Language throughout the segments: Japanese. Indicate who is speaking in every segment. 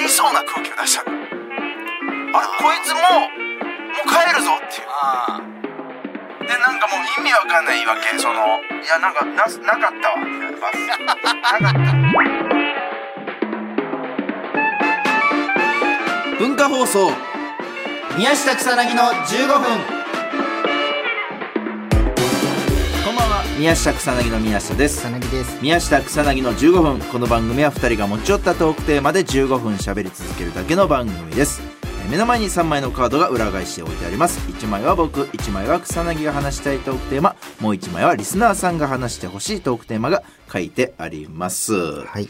Speaker 1: らっしゃるあれこいつもうもう帰るぞっていう
Speaker 2: ああ
Speaker 1: でなんかもう意味わかんない言い訳そのいやなんかなすなかったわみたいなバス
Speaker 3: 文化放送宮下草薙の15分こんばんは宮下草薙の宮下です
Speaker 4: 草薙です
Speaker 3: 宮下草薙の15分この番組は2人が持ち寄ったトークテーマで15分喋り続けるだけの番組ですえー目の前に3枚のカードが裏返して置いてあります1枚は僕1枚は草薙が話したいトークテーマもう1枚はリスナーさんが話してほしいトークテーマが書いてあります
Speaker 4: はい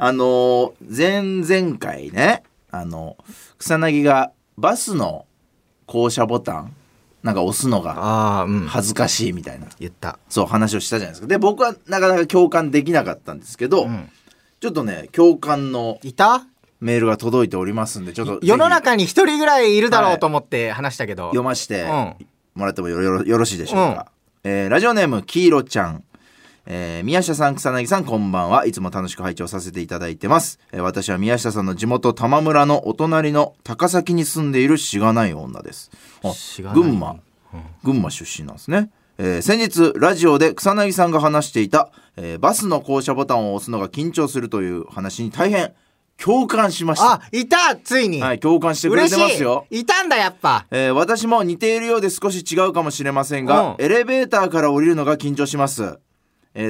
Speaker 3: あのー前々回ね、あの、草薙がバスの降車ボタン、なんか押すのが
Speaker 4: ああうん
Speaker 3: 恥ずかしいみたいな、
Speaker 4: 言った
Speaker 3: そう話をしたじゃないですか。で、僕はなかなか共感できなかったんですけど、
Speaker 4: ん
Speaker 3: ちょっとね、共感の
Speaker 4: いた
Speaker 3: メールが届いておりますんで、ちょっとぜひ
Speaker 4: 世の中に一人ぐらいいるだろうと思って話したけど、
Speaker 3: 読まして
Speaker 4: うん
Speaker 3: もらってもよろよろしいでしょうか、えーラジオネーム黄色ちゃん、えー宮下さん草薙さんこんばんはいつも楽しく拝聴させていただいてます、えー私は宮下さんの地元玉村のお隣の高崎に住んでいるしがない女ですあ
Speaker 4: しがない
Speaker 3: 群馬群馬出身なんですね、えー先日ラジオで草薙さんが話していた、えーバスの降車ボタンを押すのが緊張するという話に大変共感しました
Speaker 4: あいたついに、
Speaker 3: はい共感してくれ
Speaker 4: 嬉
Speaker 3: て
Speaker 4: し
Speaker 3: ますよ
Speaker 4: いいたんだやっぱ
Speaker 3: えー私も似ているようで少し違うかもしれませんが、
Speaker 4: うん
Speaker 3: エレベーターから降りるのが緊張します、えー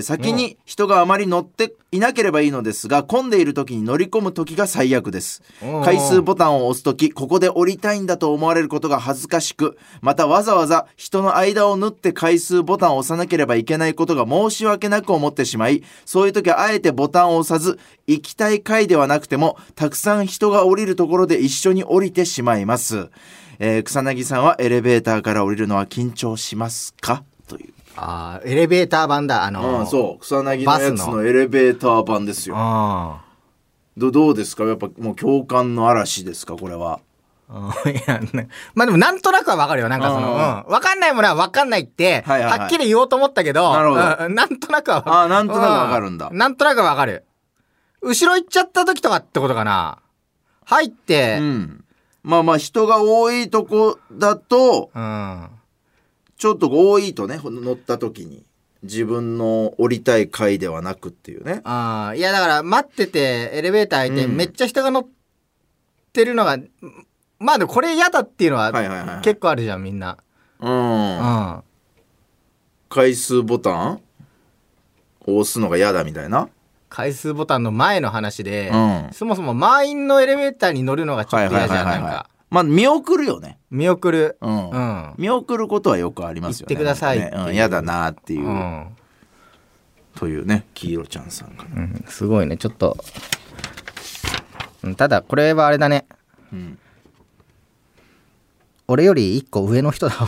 Speaker 3: 先に人があまり乗っていなければいいのですが混んでいる時に乗り込む時が最悪です
Speaker 4: うん
Speaker 3: 回数ボタンを押す時ここで降りたいんだと思われることが恥ずかしくまたわざわざ人の間を縫って回数ボタンを押さなければいけないことが申し訳なく思ってしまいそういう時はあえてボタンを押さず行きたい階ではなくてもたくさん人が降りるところで一緒に降りてしまいます、えー草薙さんはエレベーターから降りるのは緊張しますかという、
Speaker 4: あーエレベーター版だあのー
Speaker 3: そう草薙
Speaker 4: の
Speaker 3: の
Speaker 4: や
Speaker 3: や
Speaker 4: つ
Speaker 3: つ
Speaker 4: の
Speaker 3: のエレベーター版ですよ
Speaker 4: あ
Speaker 3: どどうですかやっぱもう共感の嵐ですかこれは
Speaker 4: ーあー いやなまあでもなんとなくはわかるよなんかその、
Speaker 3: うん
Speaker 4: うん、分かんないものは分かんないって、は
Speaker 3: はいはいはい
Speaker 4: っきり言おうと思ったけど
Speaker 3: なるほど
Speaker 4: うんなんとなくはわ
Speaker 3: あーなんとなくわかるんだ
Speaker 4: うなんとなくはわかる後ろ行っちゃった時とかってことかな入って
Speaker 3: う、ん、まあまあ人が多いとこだと
Speaker 4: うん、
Speaker 3: ちょっと多いとねほん乗った時に自分の降りたい階ではなくっていうね
Speaker 4: ああ、いやだから待っててエレベーター開いて、
Speaker 3: うん
Speaker 4: めっちゃ人が乗ってるのが、まあでもこれ嫌だっていうのは
Speaker 3: はいはいはい
Speaker 4: 結構あるじゃんみんな。
Speaker 3: うん
Speaker 4: うん。
Speaker 3: 回数ボタン押すのが嫌だみたいな
Speaker 4: 回数ボタンの前の話で、
Speaker 3: うん
Speaker 4: そもそも満員のエレベーターに乗るのがちょ
Speaker 3: はい
Speaker 4: っと
Speaker 3: は
Speaker 4: 嫌
Speaker 3: い
Speaker 4: じ
Speaker 3: は
Speaker 4: ゃ
Speaker 3: いは
Speaker 4: ん。ないん
Speaker 3: は
Speaker 4: か
Speaker 3: いまあ見送るよね
Speaker 4: 見送る。
Speaker 3: う、
Speaker 4: うんん。
Speaker 3: 見送ることはよくありますよね
Speaker 4: 行ってください
Speaker 3: ねうん、嫌だなっていうう、
Speaker 4: ん。
Speaker 3: というね黄色ちゃんさんから
Speaker 4: うんすごいねちょっと。うんただこれはあれだね。
Speaker 3: ん
Speaker 4: 俺より一個上の人だ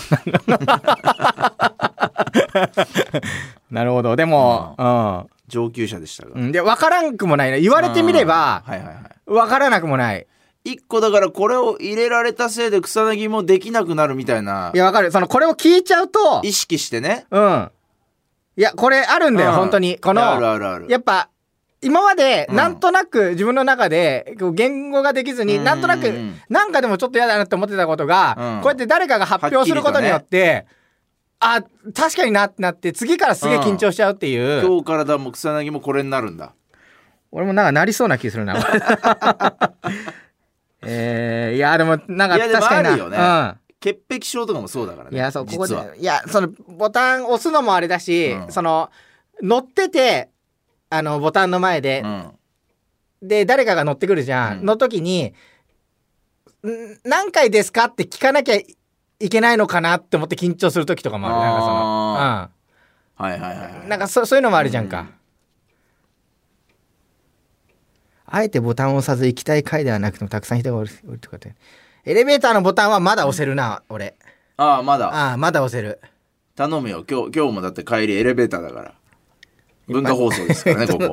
Speaker 4: なるほどでも、うん、
Speaker 3: 上級者でしたが、
Speaker 4: うん、で分からんくもないな言われてみれば
Speaker 3: はいはいはい
Speaker 4: 分からなくもない
Speaker 3: 一個だからこれを入れられたせいで草薙もできなくなるみたいない
Speaker 4: や分かるそのこれを聞いちゃうと
Speaker 3: 意識してね
Speaker 4: うんいやこれあるんだよ、
Speaker 3: うん
Speaker 4: 本当にこの
Speaker 3: あるあるある
Speaker 4: やっぱ今まで
Speaker 3: うん
Speaker 4: なんとなく自分の中でこう言語ができずに、
Speaker 3: うん
Speaker 4: なんとなく
Speaker 3: うん
Speaker 4: なんかでもちょっと嫌だなって思ってたことが、
Speaker 3: うん
Speaker 4: こうやって誰かが発表することによって、あ確かになってなって次からすげえ緊張しちゃうっていう、
Speaker 3: 今日からだもう草薙もこれになるんだ
Speaker 4: 俺もなんかなりそうな気す るな。えー、いやでもなんか
Speaker 3: いやでも
Speaker 4: 確かにな。
Speaker 3: あるよね
Speaker 4: うん
Speaker 3: 潔癖症とかもそうだからね
Speaker 4: いやそうここで
Speaker 3: 実はい
Speaker 4: やそのボタン押すのもあれだし、
Speaker 3: うん
Speaker 4: その乗っててあのボタンの前で
Speaker 3: う、ん
Speaker 4: で誰かが乗ってくるじゃん、
Speaker 3: うん
Speaker 4: の時にん何回ですかって聞かなきゃいけないのかなって思って緊張する時とかもあ
Speaker 3: は
Speaker 4: るなんか
Speaker 3: いはいはい
Speaker 4: その、
Speaker 3: は
Speaker 4: う
Speaker 3: い
Speaker 4: ん、なんかそそういうのもあるじゃんか、
Speaker 3: うん
Speaker 4: あえてボタンを押さず行きたい階ではなくてもたくさん人がおるおるとかってエレベーターのボタンはまだ押せるな、俺
Speaker 3: ああまだ
Speaker 4: ああまだ押せる
Speaker 3: 頼むよ今日今日もだって帰りエレベーターだから文化放送です からねここ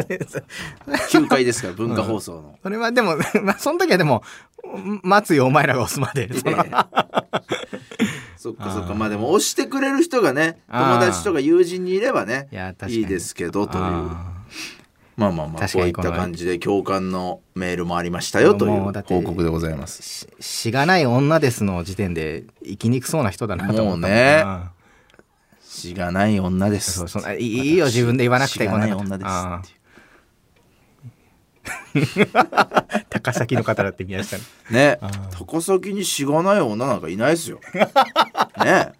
Speaker 3: 9階ですから文化放送の
Speaker 4: それはでも、 まあ、その時はでも、待つよ、お前らが押すまで。その
Speaker 3: そっかそっかまあでも押してくれる人がね
Speaker 4: あー
Speaker 3: 友達とか友人にいればね
Speaker 4: いや確かに
Speaker 3: いいですけどという
Speaker 4: あ
Speaker 3: まあまあまあ
Speaker 4: 確
Speaker 3: こ
Speaker 4: か
Speaker 3: ういっ
Speaker 4: にこの
Speaker 3: た感じで共感のメールもありましたよとい
Speaker 4: も
Speaker 3: う
Speaker 4: うだって
Speaker 3: 報告でございます
Speaker 4: ししがない女ですの時点で生きにくそうな人だなと思った
Speaker 3: もうね
Speaker 4: ん
Speaker 3: しがない女です
Speaker 4: そうそんないいいいよ自分で言わなくて
Speaker 3: しが
Speaker 4: こん
Speaker 3: な
Speaker 4: ないこと
Speaker 3: 女です
Speaker 4: あ
Speaker 3: っていう
Speaker 4: あ高崎の方だって宮下の
Speaker 3: ね高崎にしがない女なんかいないです よね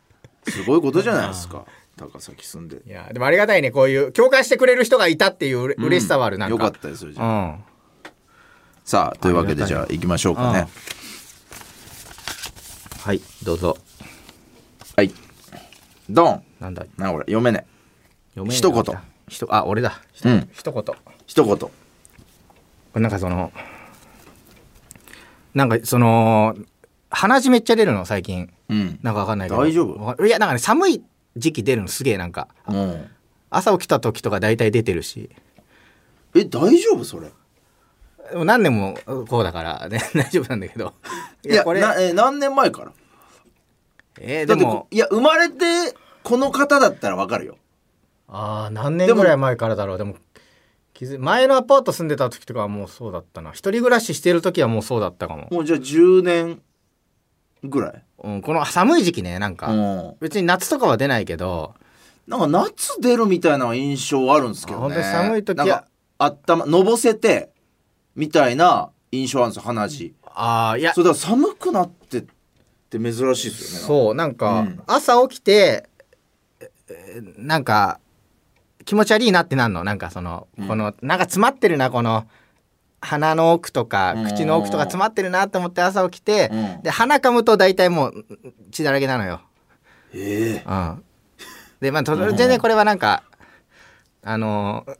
Speaker 3: すごいことじゃないですか高崎住んで
Speaker 5: いやでもありがたいねこういう共感してくれる人がいたっていううれ嬉しさはあるなんか,、
Speaker 3: よかったですよじゃあ
Speaker 4: うん
Speaker 3: さあというわけで
Speaker 4: あり
Speaker 3: じ
Speaker 4: が
Speaker 3: ゃ
Speaker 4: た
Speaker 3: あ行きましょうかね
Speaker 4: はいどうぞ
Speaker 3: はいドン
Speaker 4: なんだ
Speaker 3: なんかこれ読めね
Speaker 4: 読め
Speaker 3: 一言
Speaker 4: 一あ俺だ
Speaker 3: えうん
Speaker 5: 一言
Speaker 3: 一言
Speaker 4: これなんかそのなんかその鼻血めっちゃ出るの最近
Speaker 3: うん
Speaker 4: なんかわかんないけど
Speaker 3: 大丈夫
Speaker 4: わかいやなんかね寒い時期出るのすげえなんか
Speaker 3: うん
Speaker 4: 朝起きた時とか大体出てるし
Speaker 3: え大丈夫それ
Speaker 4: でも何年もこうだから、ね、 大丈夫なんだけど
Speaker 3: いや
Speaker 4: これ
Speaker 3: なえー何年前から
Speaker 4: えー
Speaker 3: だ
Speaker 4: で
Speaker 3: ってこ
Speaker 4: も
Speaker 3: いや生まれてこの方だったらわかるよ
Speaker 5: ああ何年ぐらい前からだろうでも気づ前のアパート住んでた時とかはもうそうだったな一人暮らししてる時はもうそうだったかも、
Speaker 3: もうじゃあ10年ぐらい
Speaker 4: うん、この寒い時期ねなんか、
Speaker 3: うん
Speaker 4: 別に夏とかは出ないけど
Speaker 3: なんか夏出るみたいな印象あるんですけど
Speaker 5: あ本
Speaker 3: ね
Speaker 5: 当に寒い時
Speaker 3: な
Speaker 5: は
Speaker 3: んかあったまのぼせてみたいな印象あるんですよ鼻血
Speaker 4: ああいや
Speaker 3: それだから寒くなってって珍しいですよね
Speaker 5: そうなんか、
Speaker 3: うん
Speaker 4: 朝起きてえーなんか気持ち悪いなってなんのなんかその、
Speaker 3: うん
Speaker 4: このなんか詰まってるなこの鼻の奥とか
Speaker 3: うん
Speaker 4: 口の奥とか詰まってるなと思って朝起きて、
Speaker 3: うん
Speaker 4: で鼻かむと大体もう血だらけなのよ。
Speaker 3: ええ
Speaker 4: うん、でまあと
Speaker 3: うん
Speaker 4: 全然これはなんかあのー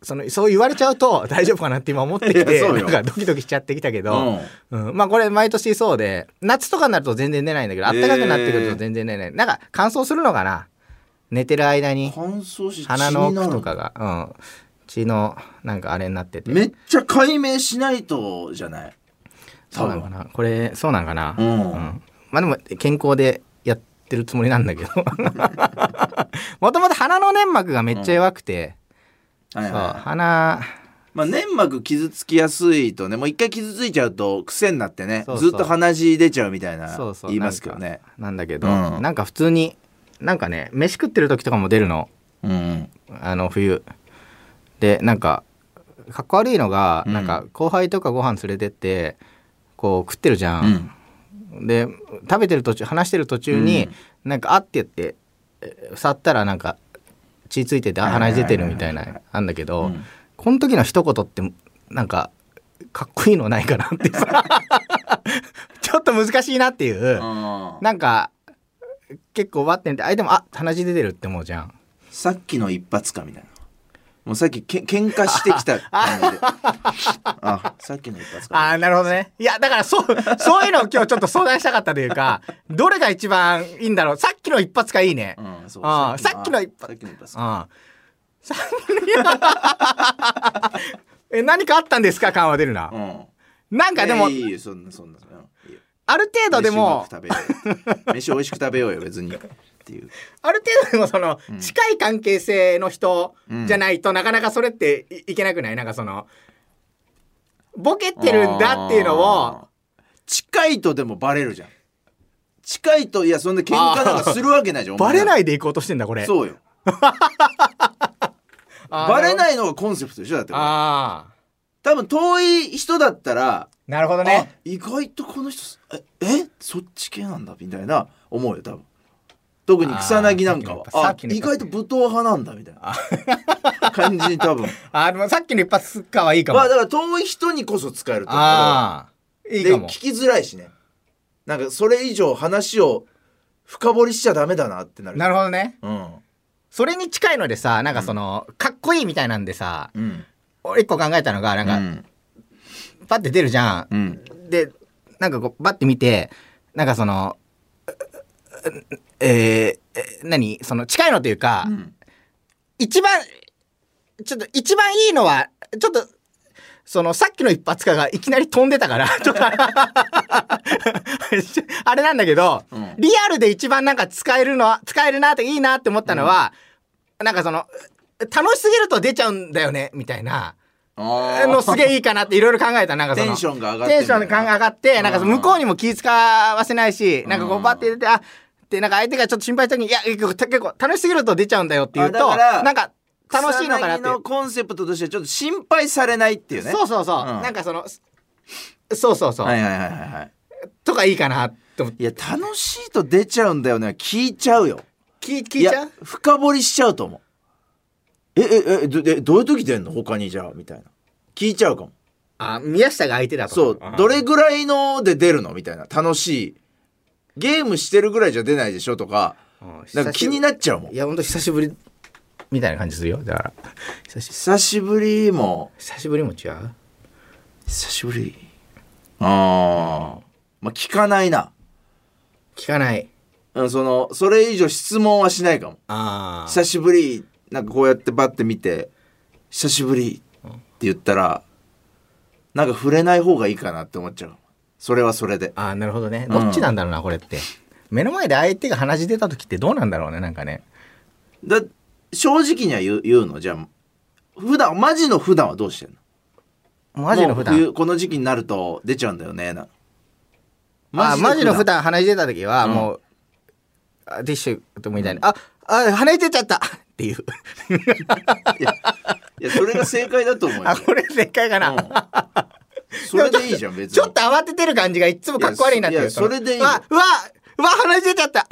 Speaker 4: そのそう言われちゃうと大丈夫かなって今思ってき
Speaker 3: いや
Speaker 4: て
Speaker 3: そう
Speaker 4: な
Speaker 3: よ
Speaker 4: んかドキドキしちゃってきたけど。
Speaker 3: うん
Speaker 4: うん、まあこれ毎年そうで夏とかになると全然出ないんだけど
Speaker 3: えー
Speaker 4: 暖かくなってくると全然出ない、なんか乾燥するのかな寝てる間に
Speaker 3: 乾燥して血
Speaker 4: 鼻の
Speaker 3: にな
Speaker 4: 奥
Speaker 3: る
Speaker 4: とかが、うん、血のなんかあれになってて
Speaker 3: めっちゃ解明しないとじゃない
Speaker 4: そうなのかなこれそうなのかな、
Speaker 3: うん
Speaker 4: まあでも健康でやってるつもりなん だけどもともと鼻の粘膜がめっちゃ弱くて、
Speaker 3: はいはい
Speaker 4: そう
Speaker 3: はい
Speaker 4: 鼻
Speaker 3: まあ、粘膜傷つきやすいとねもう一回傷ついちゃうと癖になってね
Speaker 4: そうそう
Speaker 3: ずっと鼻血出ちゃうみたいな
Speaker 4: そうそう
Speaker 3: 言いますけどね
Speaker 4: なんだけど、
Speaker 3: うん
Speaker 4: なんか普通になんかね飯食ってる時とかも出るの。
Speaker 3: うん
Speaker 4: あの冬でなんかかっこ悪いのが、
Speaker 3: うん
Speaker 4: なんか後輩とかご飯連れてってこう食ってるじゃ、
Speaker 3: うんん
Speaker 4: で食べてる途中話してる途中に、
Speaker 3: うん
Speaker 4: なんかあって言ってえ触ったらなんか血ついてて
Speaker 3: はいはい
Speaker 4: 鼻
Speaker 3: はい
Speaker 4: 血出てるみたいなあんだけ
Speaker 3: う
Speaker 4: ど、
Speaker 3: ん
Speaker 4: この時の一言ってなんかかっこいいのないかなってさ ちょっと難しいなっていう、
Speaker 3: あー
Speaker 4: なんか結構バッて見てあでもあ鼻血出てるって思うじゃん。
Speaker 3: さっきの一発かみたいなもうさっきけ喧嘩してき た感じであさっきの一発
Speaker 4: あ
Speaker 3: か
Speaker 4: あ、なるほどね。いや、だか らそう、そういうのを今日ちょっと相談したかったというか、どれが一番いいんだろう。さっきの一発がいいね。
Speaker 3: うんそう
Speaker 4: あー
Speaker 3: の
Speaker 4: さっきの一
Speaker 3: さ
Speaker 4: 発
Speaker 3: っきの一発
Speaker 4: うん。さ え、何かあったんですか感は出るな
Speaker 3: う。ん
Speaker 4: なんかでも、
Speaker 3: いやいいよそんなそんなうんいいよ
Speaker 4: ある程度でも、
Speaker 3: 飯うまく食べよう飯美味しく食べようよ別にっていう
Speaker 4: ある程度でもその、近い関係性の人じゃないと、なかなかそれっていいけなくないなんかその、ボケてるんだっていうの
Speaker 3: あー
Speaker 4: を、
Speaker 3: 近いとでもバレるじゃん近いといやそんな喧嘩なんかするわけないじゃん
Speaker 4: バレないいでいこうとしてんだ、これ。
Speaker 3: そうよバレないのがコンセプトでしょだってこれ
Speaker 4: あー
Speaker 3: 多分遠い人だったら、
Speaker 5: なるほど
Speaker 3: あ
Speaker 5: ね
Speaker 3: 意外とこの人すええそっち系なんだみたいな思うよ多分特に草薙なんかは
Speaker 4: あー
Speaker 3: あ
Speaker 4: さっきの
Speaker 3: 意
Speaker 4: やっぱ
Speaker 3: 外と武闘派なんだみたい な感じに多分
Speaker 5: あーでもさっきの一発かはいいかも
Speaker 3: まあだから遠い人にこそ使えると思う
Speaker 5: ああいい
Speaker 3: で
Speaker 5: かも
Speaker 3: 聞きづらいしねなんかそれ以上話を深掘りしちゃダメだなってなる
Speaker 4: なるほどね。
Speaker 3: うん
Speaker 4: それに近いのでさなんかその、かっこいいみたいなんでさ
Speaker 3: うん
Speaker 4: 俺一個考えたのがなん
Speaker 3: う
Speaker 4: か、
Speaker 3: ん
Speaker 4: パッて出るじゃん、
Speaker 3: うん
Speaker 4: でなんかこうバッて見てなんかそのえーえー何その近いのというか、
Speaker 3: ん
Speaker 4: 一番ちょっと一番いいのはちょっとそのさっきの一発かがいきなり飛んでたからちょっとあれなんだけど、
Speaker 3: うん
Speaker 4: リアルで一番なんか使えるのは使えるなっていいなって思ったのは、なんかその楽しすぎると出ちゃうんだよねみたいな
Speaker 3: あー
Speaker 4: のすげえいいかなっていろいろ考えたなんかその
Speaker 3: テンションが上がって
Speaker 4: テンションが上がってなんかその向こうにも気使わせないしなんかこ
Speaker 3: う
Speaker 4: うんバッて入れてあってなんか相手がちょっと心配した時にいや結構楽しすぎると出ちゃうんだよっていう
Speaker 3: あだ
Speaker 4: と
Speaker 3: から
Speaker 4: なんか楽しいのかなって
Speaker 3: 草薙のコンセプトとしてはちょっと心配されないっていうね
Speaker 4: そうそうそう、
Speaker 3: うん
Speaker 4: なんかそのそうそうそう、
Speaker 3: はいはいはいはいはい
Speaker 4: とかいいかなって思って
Speaker 3: いや楽しいと出ちゃうんだよね聞いちゃうよ
Speaker 4: 聞い聞いちゃ
Speaker 3: や
Speaker 4: う
Speaker 3: 深掘りしちゃうと思うえええどえどういう時出んの他にじゃあみたいな聞いちゃうかも
Speaker 4: あ宮下が相手だと
Speaker 3: そう
Speaker 4: あー
Speaker 3: どれぐらいので出るのみたいな楽しいゲームしてるぐらいじゃ出ないでしょとか
Speaker 4: うん
Speaker 3: なんか気になっちゃうもん
Speaker 4: いやほんと久しぶりみたいな感じするよだから久し
Speaker 3: 久しぶりも
Speaker 4: 久しぶりも違う
Speaker 3: 久しぶりああまあ聞かないな
Speaker 4: 聞かない
Speaker 3: うんそのそれ以上質問はしないかも
Speaker 4: あ
Speaker 3: 久しぶりなんかこうやってバッて見て「久しぶり」って言ったらなんか触れない方がいいかなって思っちゃうそれはそれで
Speaker 4: あーなるほどね
Speaker 3: ん
Speaker 4: どっちなんだろうな、これって目の前で相手が鼻血出た時ってどうなんだろうねなんかね
Speaker 3: だ正直には言う言うのじゃあ普段マジの普段はどうしてんの
Speaker 4: マジの普
Speaker 3: もう
Speaker 4: 段
Speaker 3: 冬この時期になると出ちゃうんだよねな
Speaker 4: あマジの普段鼻血出た時は
Speaker 3: うん
Speaker 4: もう、あティッシュともみたいに、ああ鼻血出ちゃったっていう
Speaker 3: いやそれが正解だと思うよ
Speaker 4: あこれ正解かな、
Speaker 3: それでいいじゃん別に
Speaker 4: ちょっと慌ててる感じがいっつもかっこ悪いなってい
Speaker 3: いうやそいやそれでいいよ
Speaker 4: うわうわうわ鼻血出ちゃったあ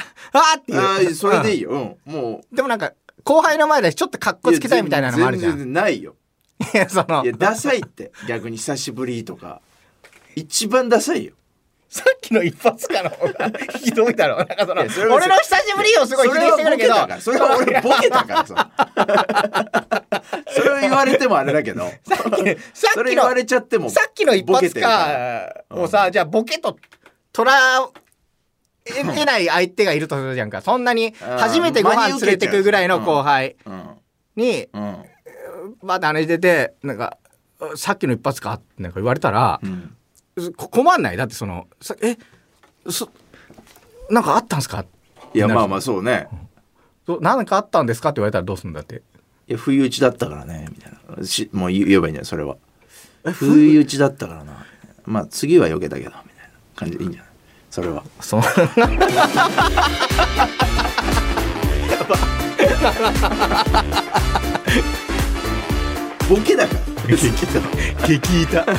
Speaker 4: ーっていう
Speaker 3: あーそれでい
Speaker 4: い、
Speaker 3: いよ、うん、も
Speaker 4: うんでもなんか後輩の前だしちょっとか
Speaker 3: う
Speaker 4: っこつけたいみたいなのもあるじゃ
Speaker 3: いや
Speaker 4: ん
Speaker 3: 全然ないよ
Speaker 4: いやその
Speaker 3: いやダサいって逆に久しぶりとか一番ダサいよ
Speaker 4: さっきの一発かの方がひどいだろうなんかその
Speaker 3: いやそれは
Speaker 4: 俺の久しぶりをすごい否定してくるけど
Speaker 3: それはボケたからそれは俺ボケたから さそれを言われてもあれだけど
Speaker 4: さっきのさ
Speaker 3: そ
Speaker 4: っ
Speaker 3: れ
Speaker 4: き
Speaker 3: 言
Speaker 4: の
Speaker 3: われちゃっても
Speaker 4: さっきの一
Speaker 3: ボケ
Speaker 4: 発
Speaker 3: てるら
Speaker 4: かをさ、じゃあボケと捉え得ない相手がいるとするじゃんかそんなに初めてご飯連れてくぐらいの後輩に
Speaker 3: うんうん
Speaker 4: バーッて話出てなんか「さっきの一発か?」ってなんか言われたら、
Speaker 3: うん
Speaker 4: こ困んないだってその「さえそなんかあったんすか?
Speaker 3: いやまあまあそうね
Speaker 4: ど」なんかあったんですか?」って言われたらどうすんだって。
Speaker 3: いや不意打ちだったからねみたいなしもう言えばいいんじゃないそれは不意打ちだったからなまあ次は避けたけどみたいな感じでいいんじゃないそれは
Speaker 4: その
Speaker 3: ボケ だから別に
Speaker 4: 激いた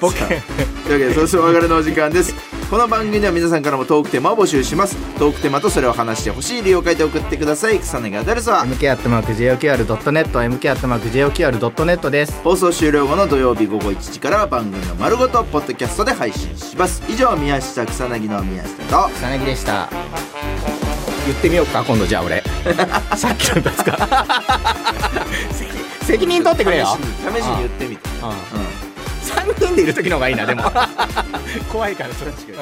Speaker 4: ボ
Speaker 3: さ
Speaker 4: ケ
Speaker 3: というわけでそろそろお別れのお時間ですこの番組では皆さんからもトークテーマを募集しますトークテーマとそれを話してほしい理由を書いて送ってください草薙アダルスは
Speaker 4: mk.joqr.net mk.joqr.net です
Speaker 3: 放送終了後の土曜日午後1時からは番組の丸ごとポッドキャストで配信します以上宮下草薙の宮下と
Speaker 4: 草薙でした言ってみようか今度じゃあ 俺さっきのですか責責任取ってくれよ
Speaker 3: 試しに試しに言ってみて
Speaker 4: 3人でいる時の方がいいなでも怖いからそれ違う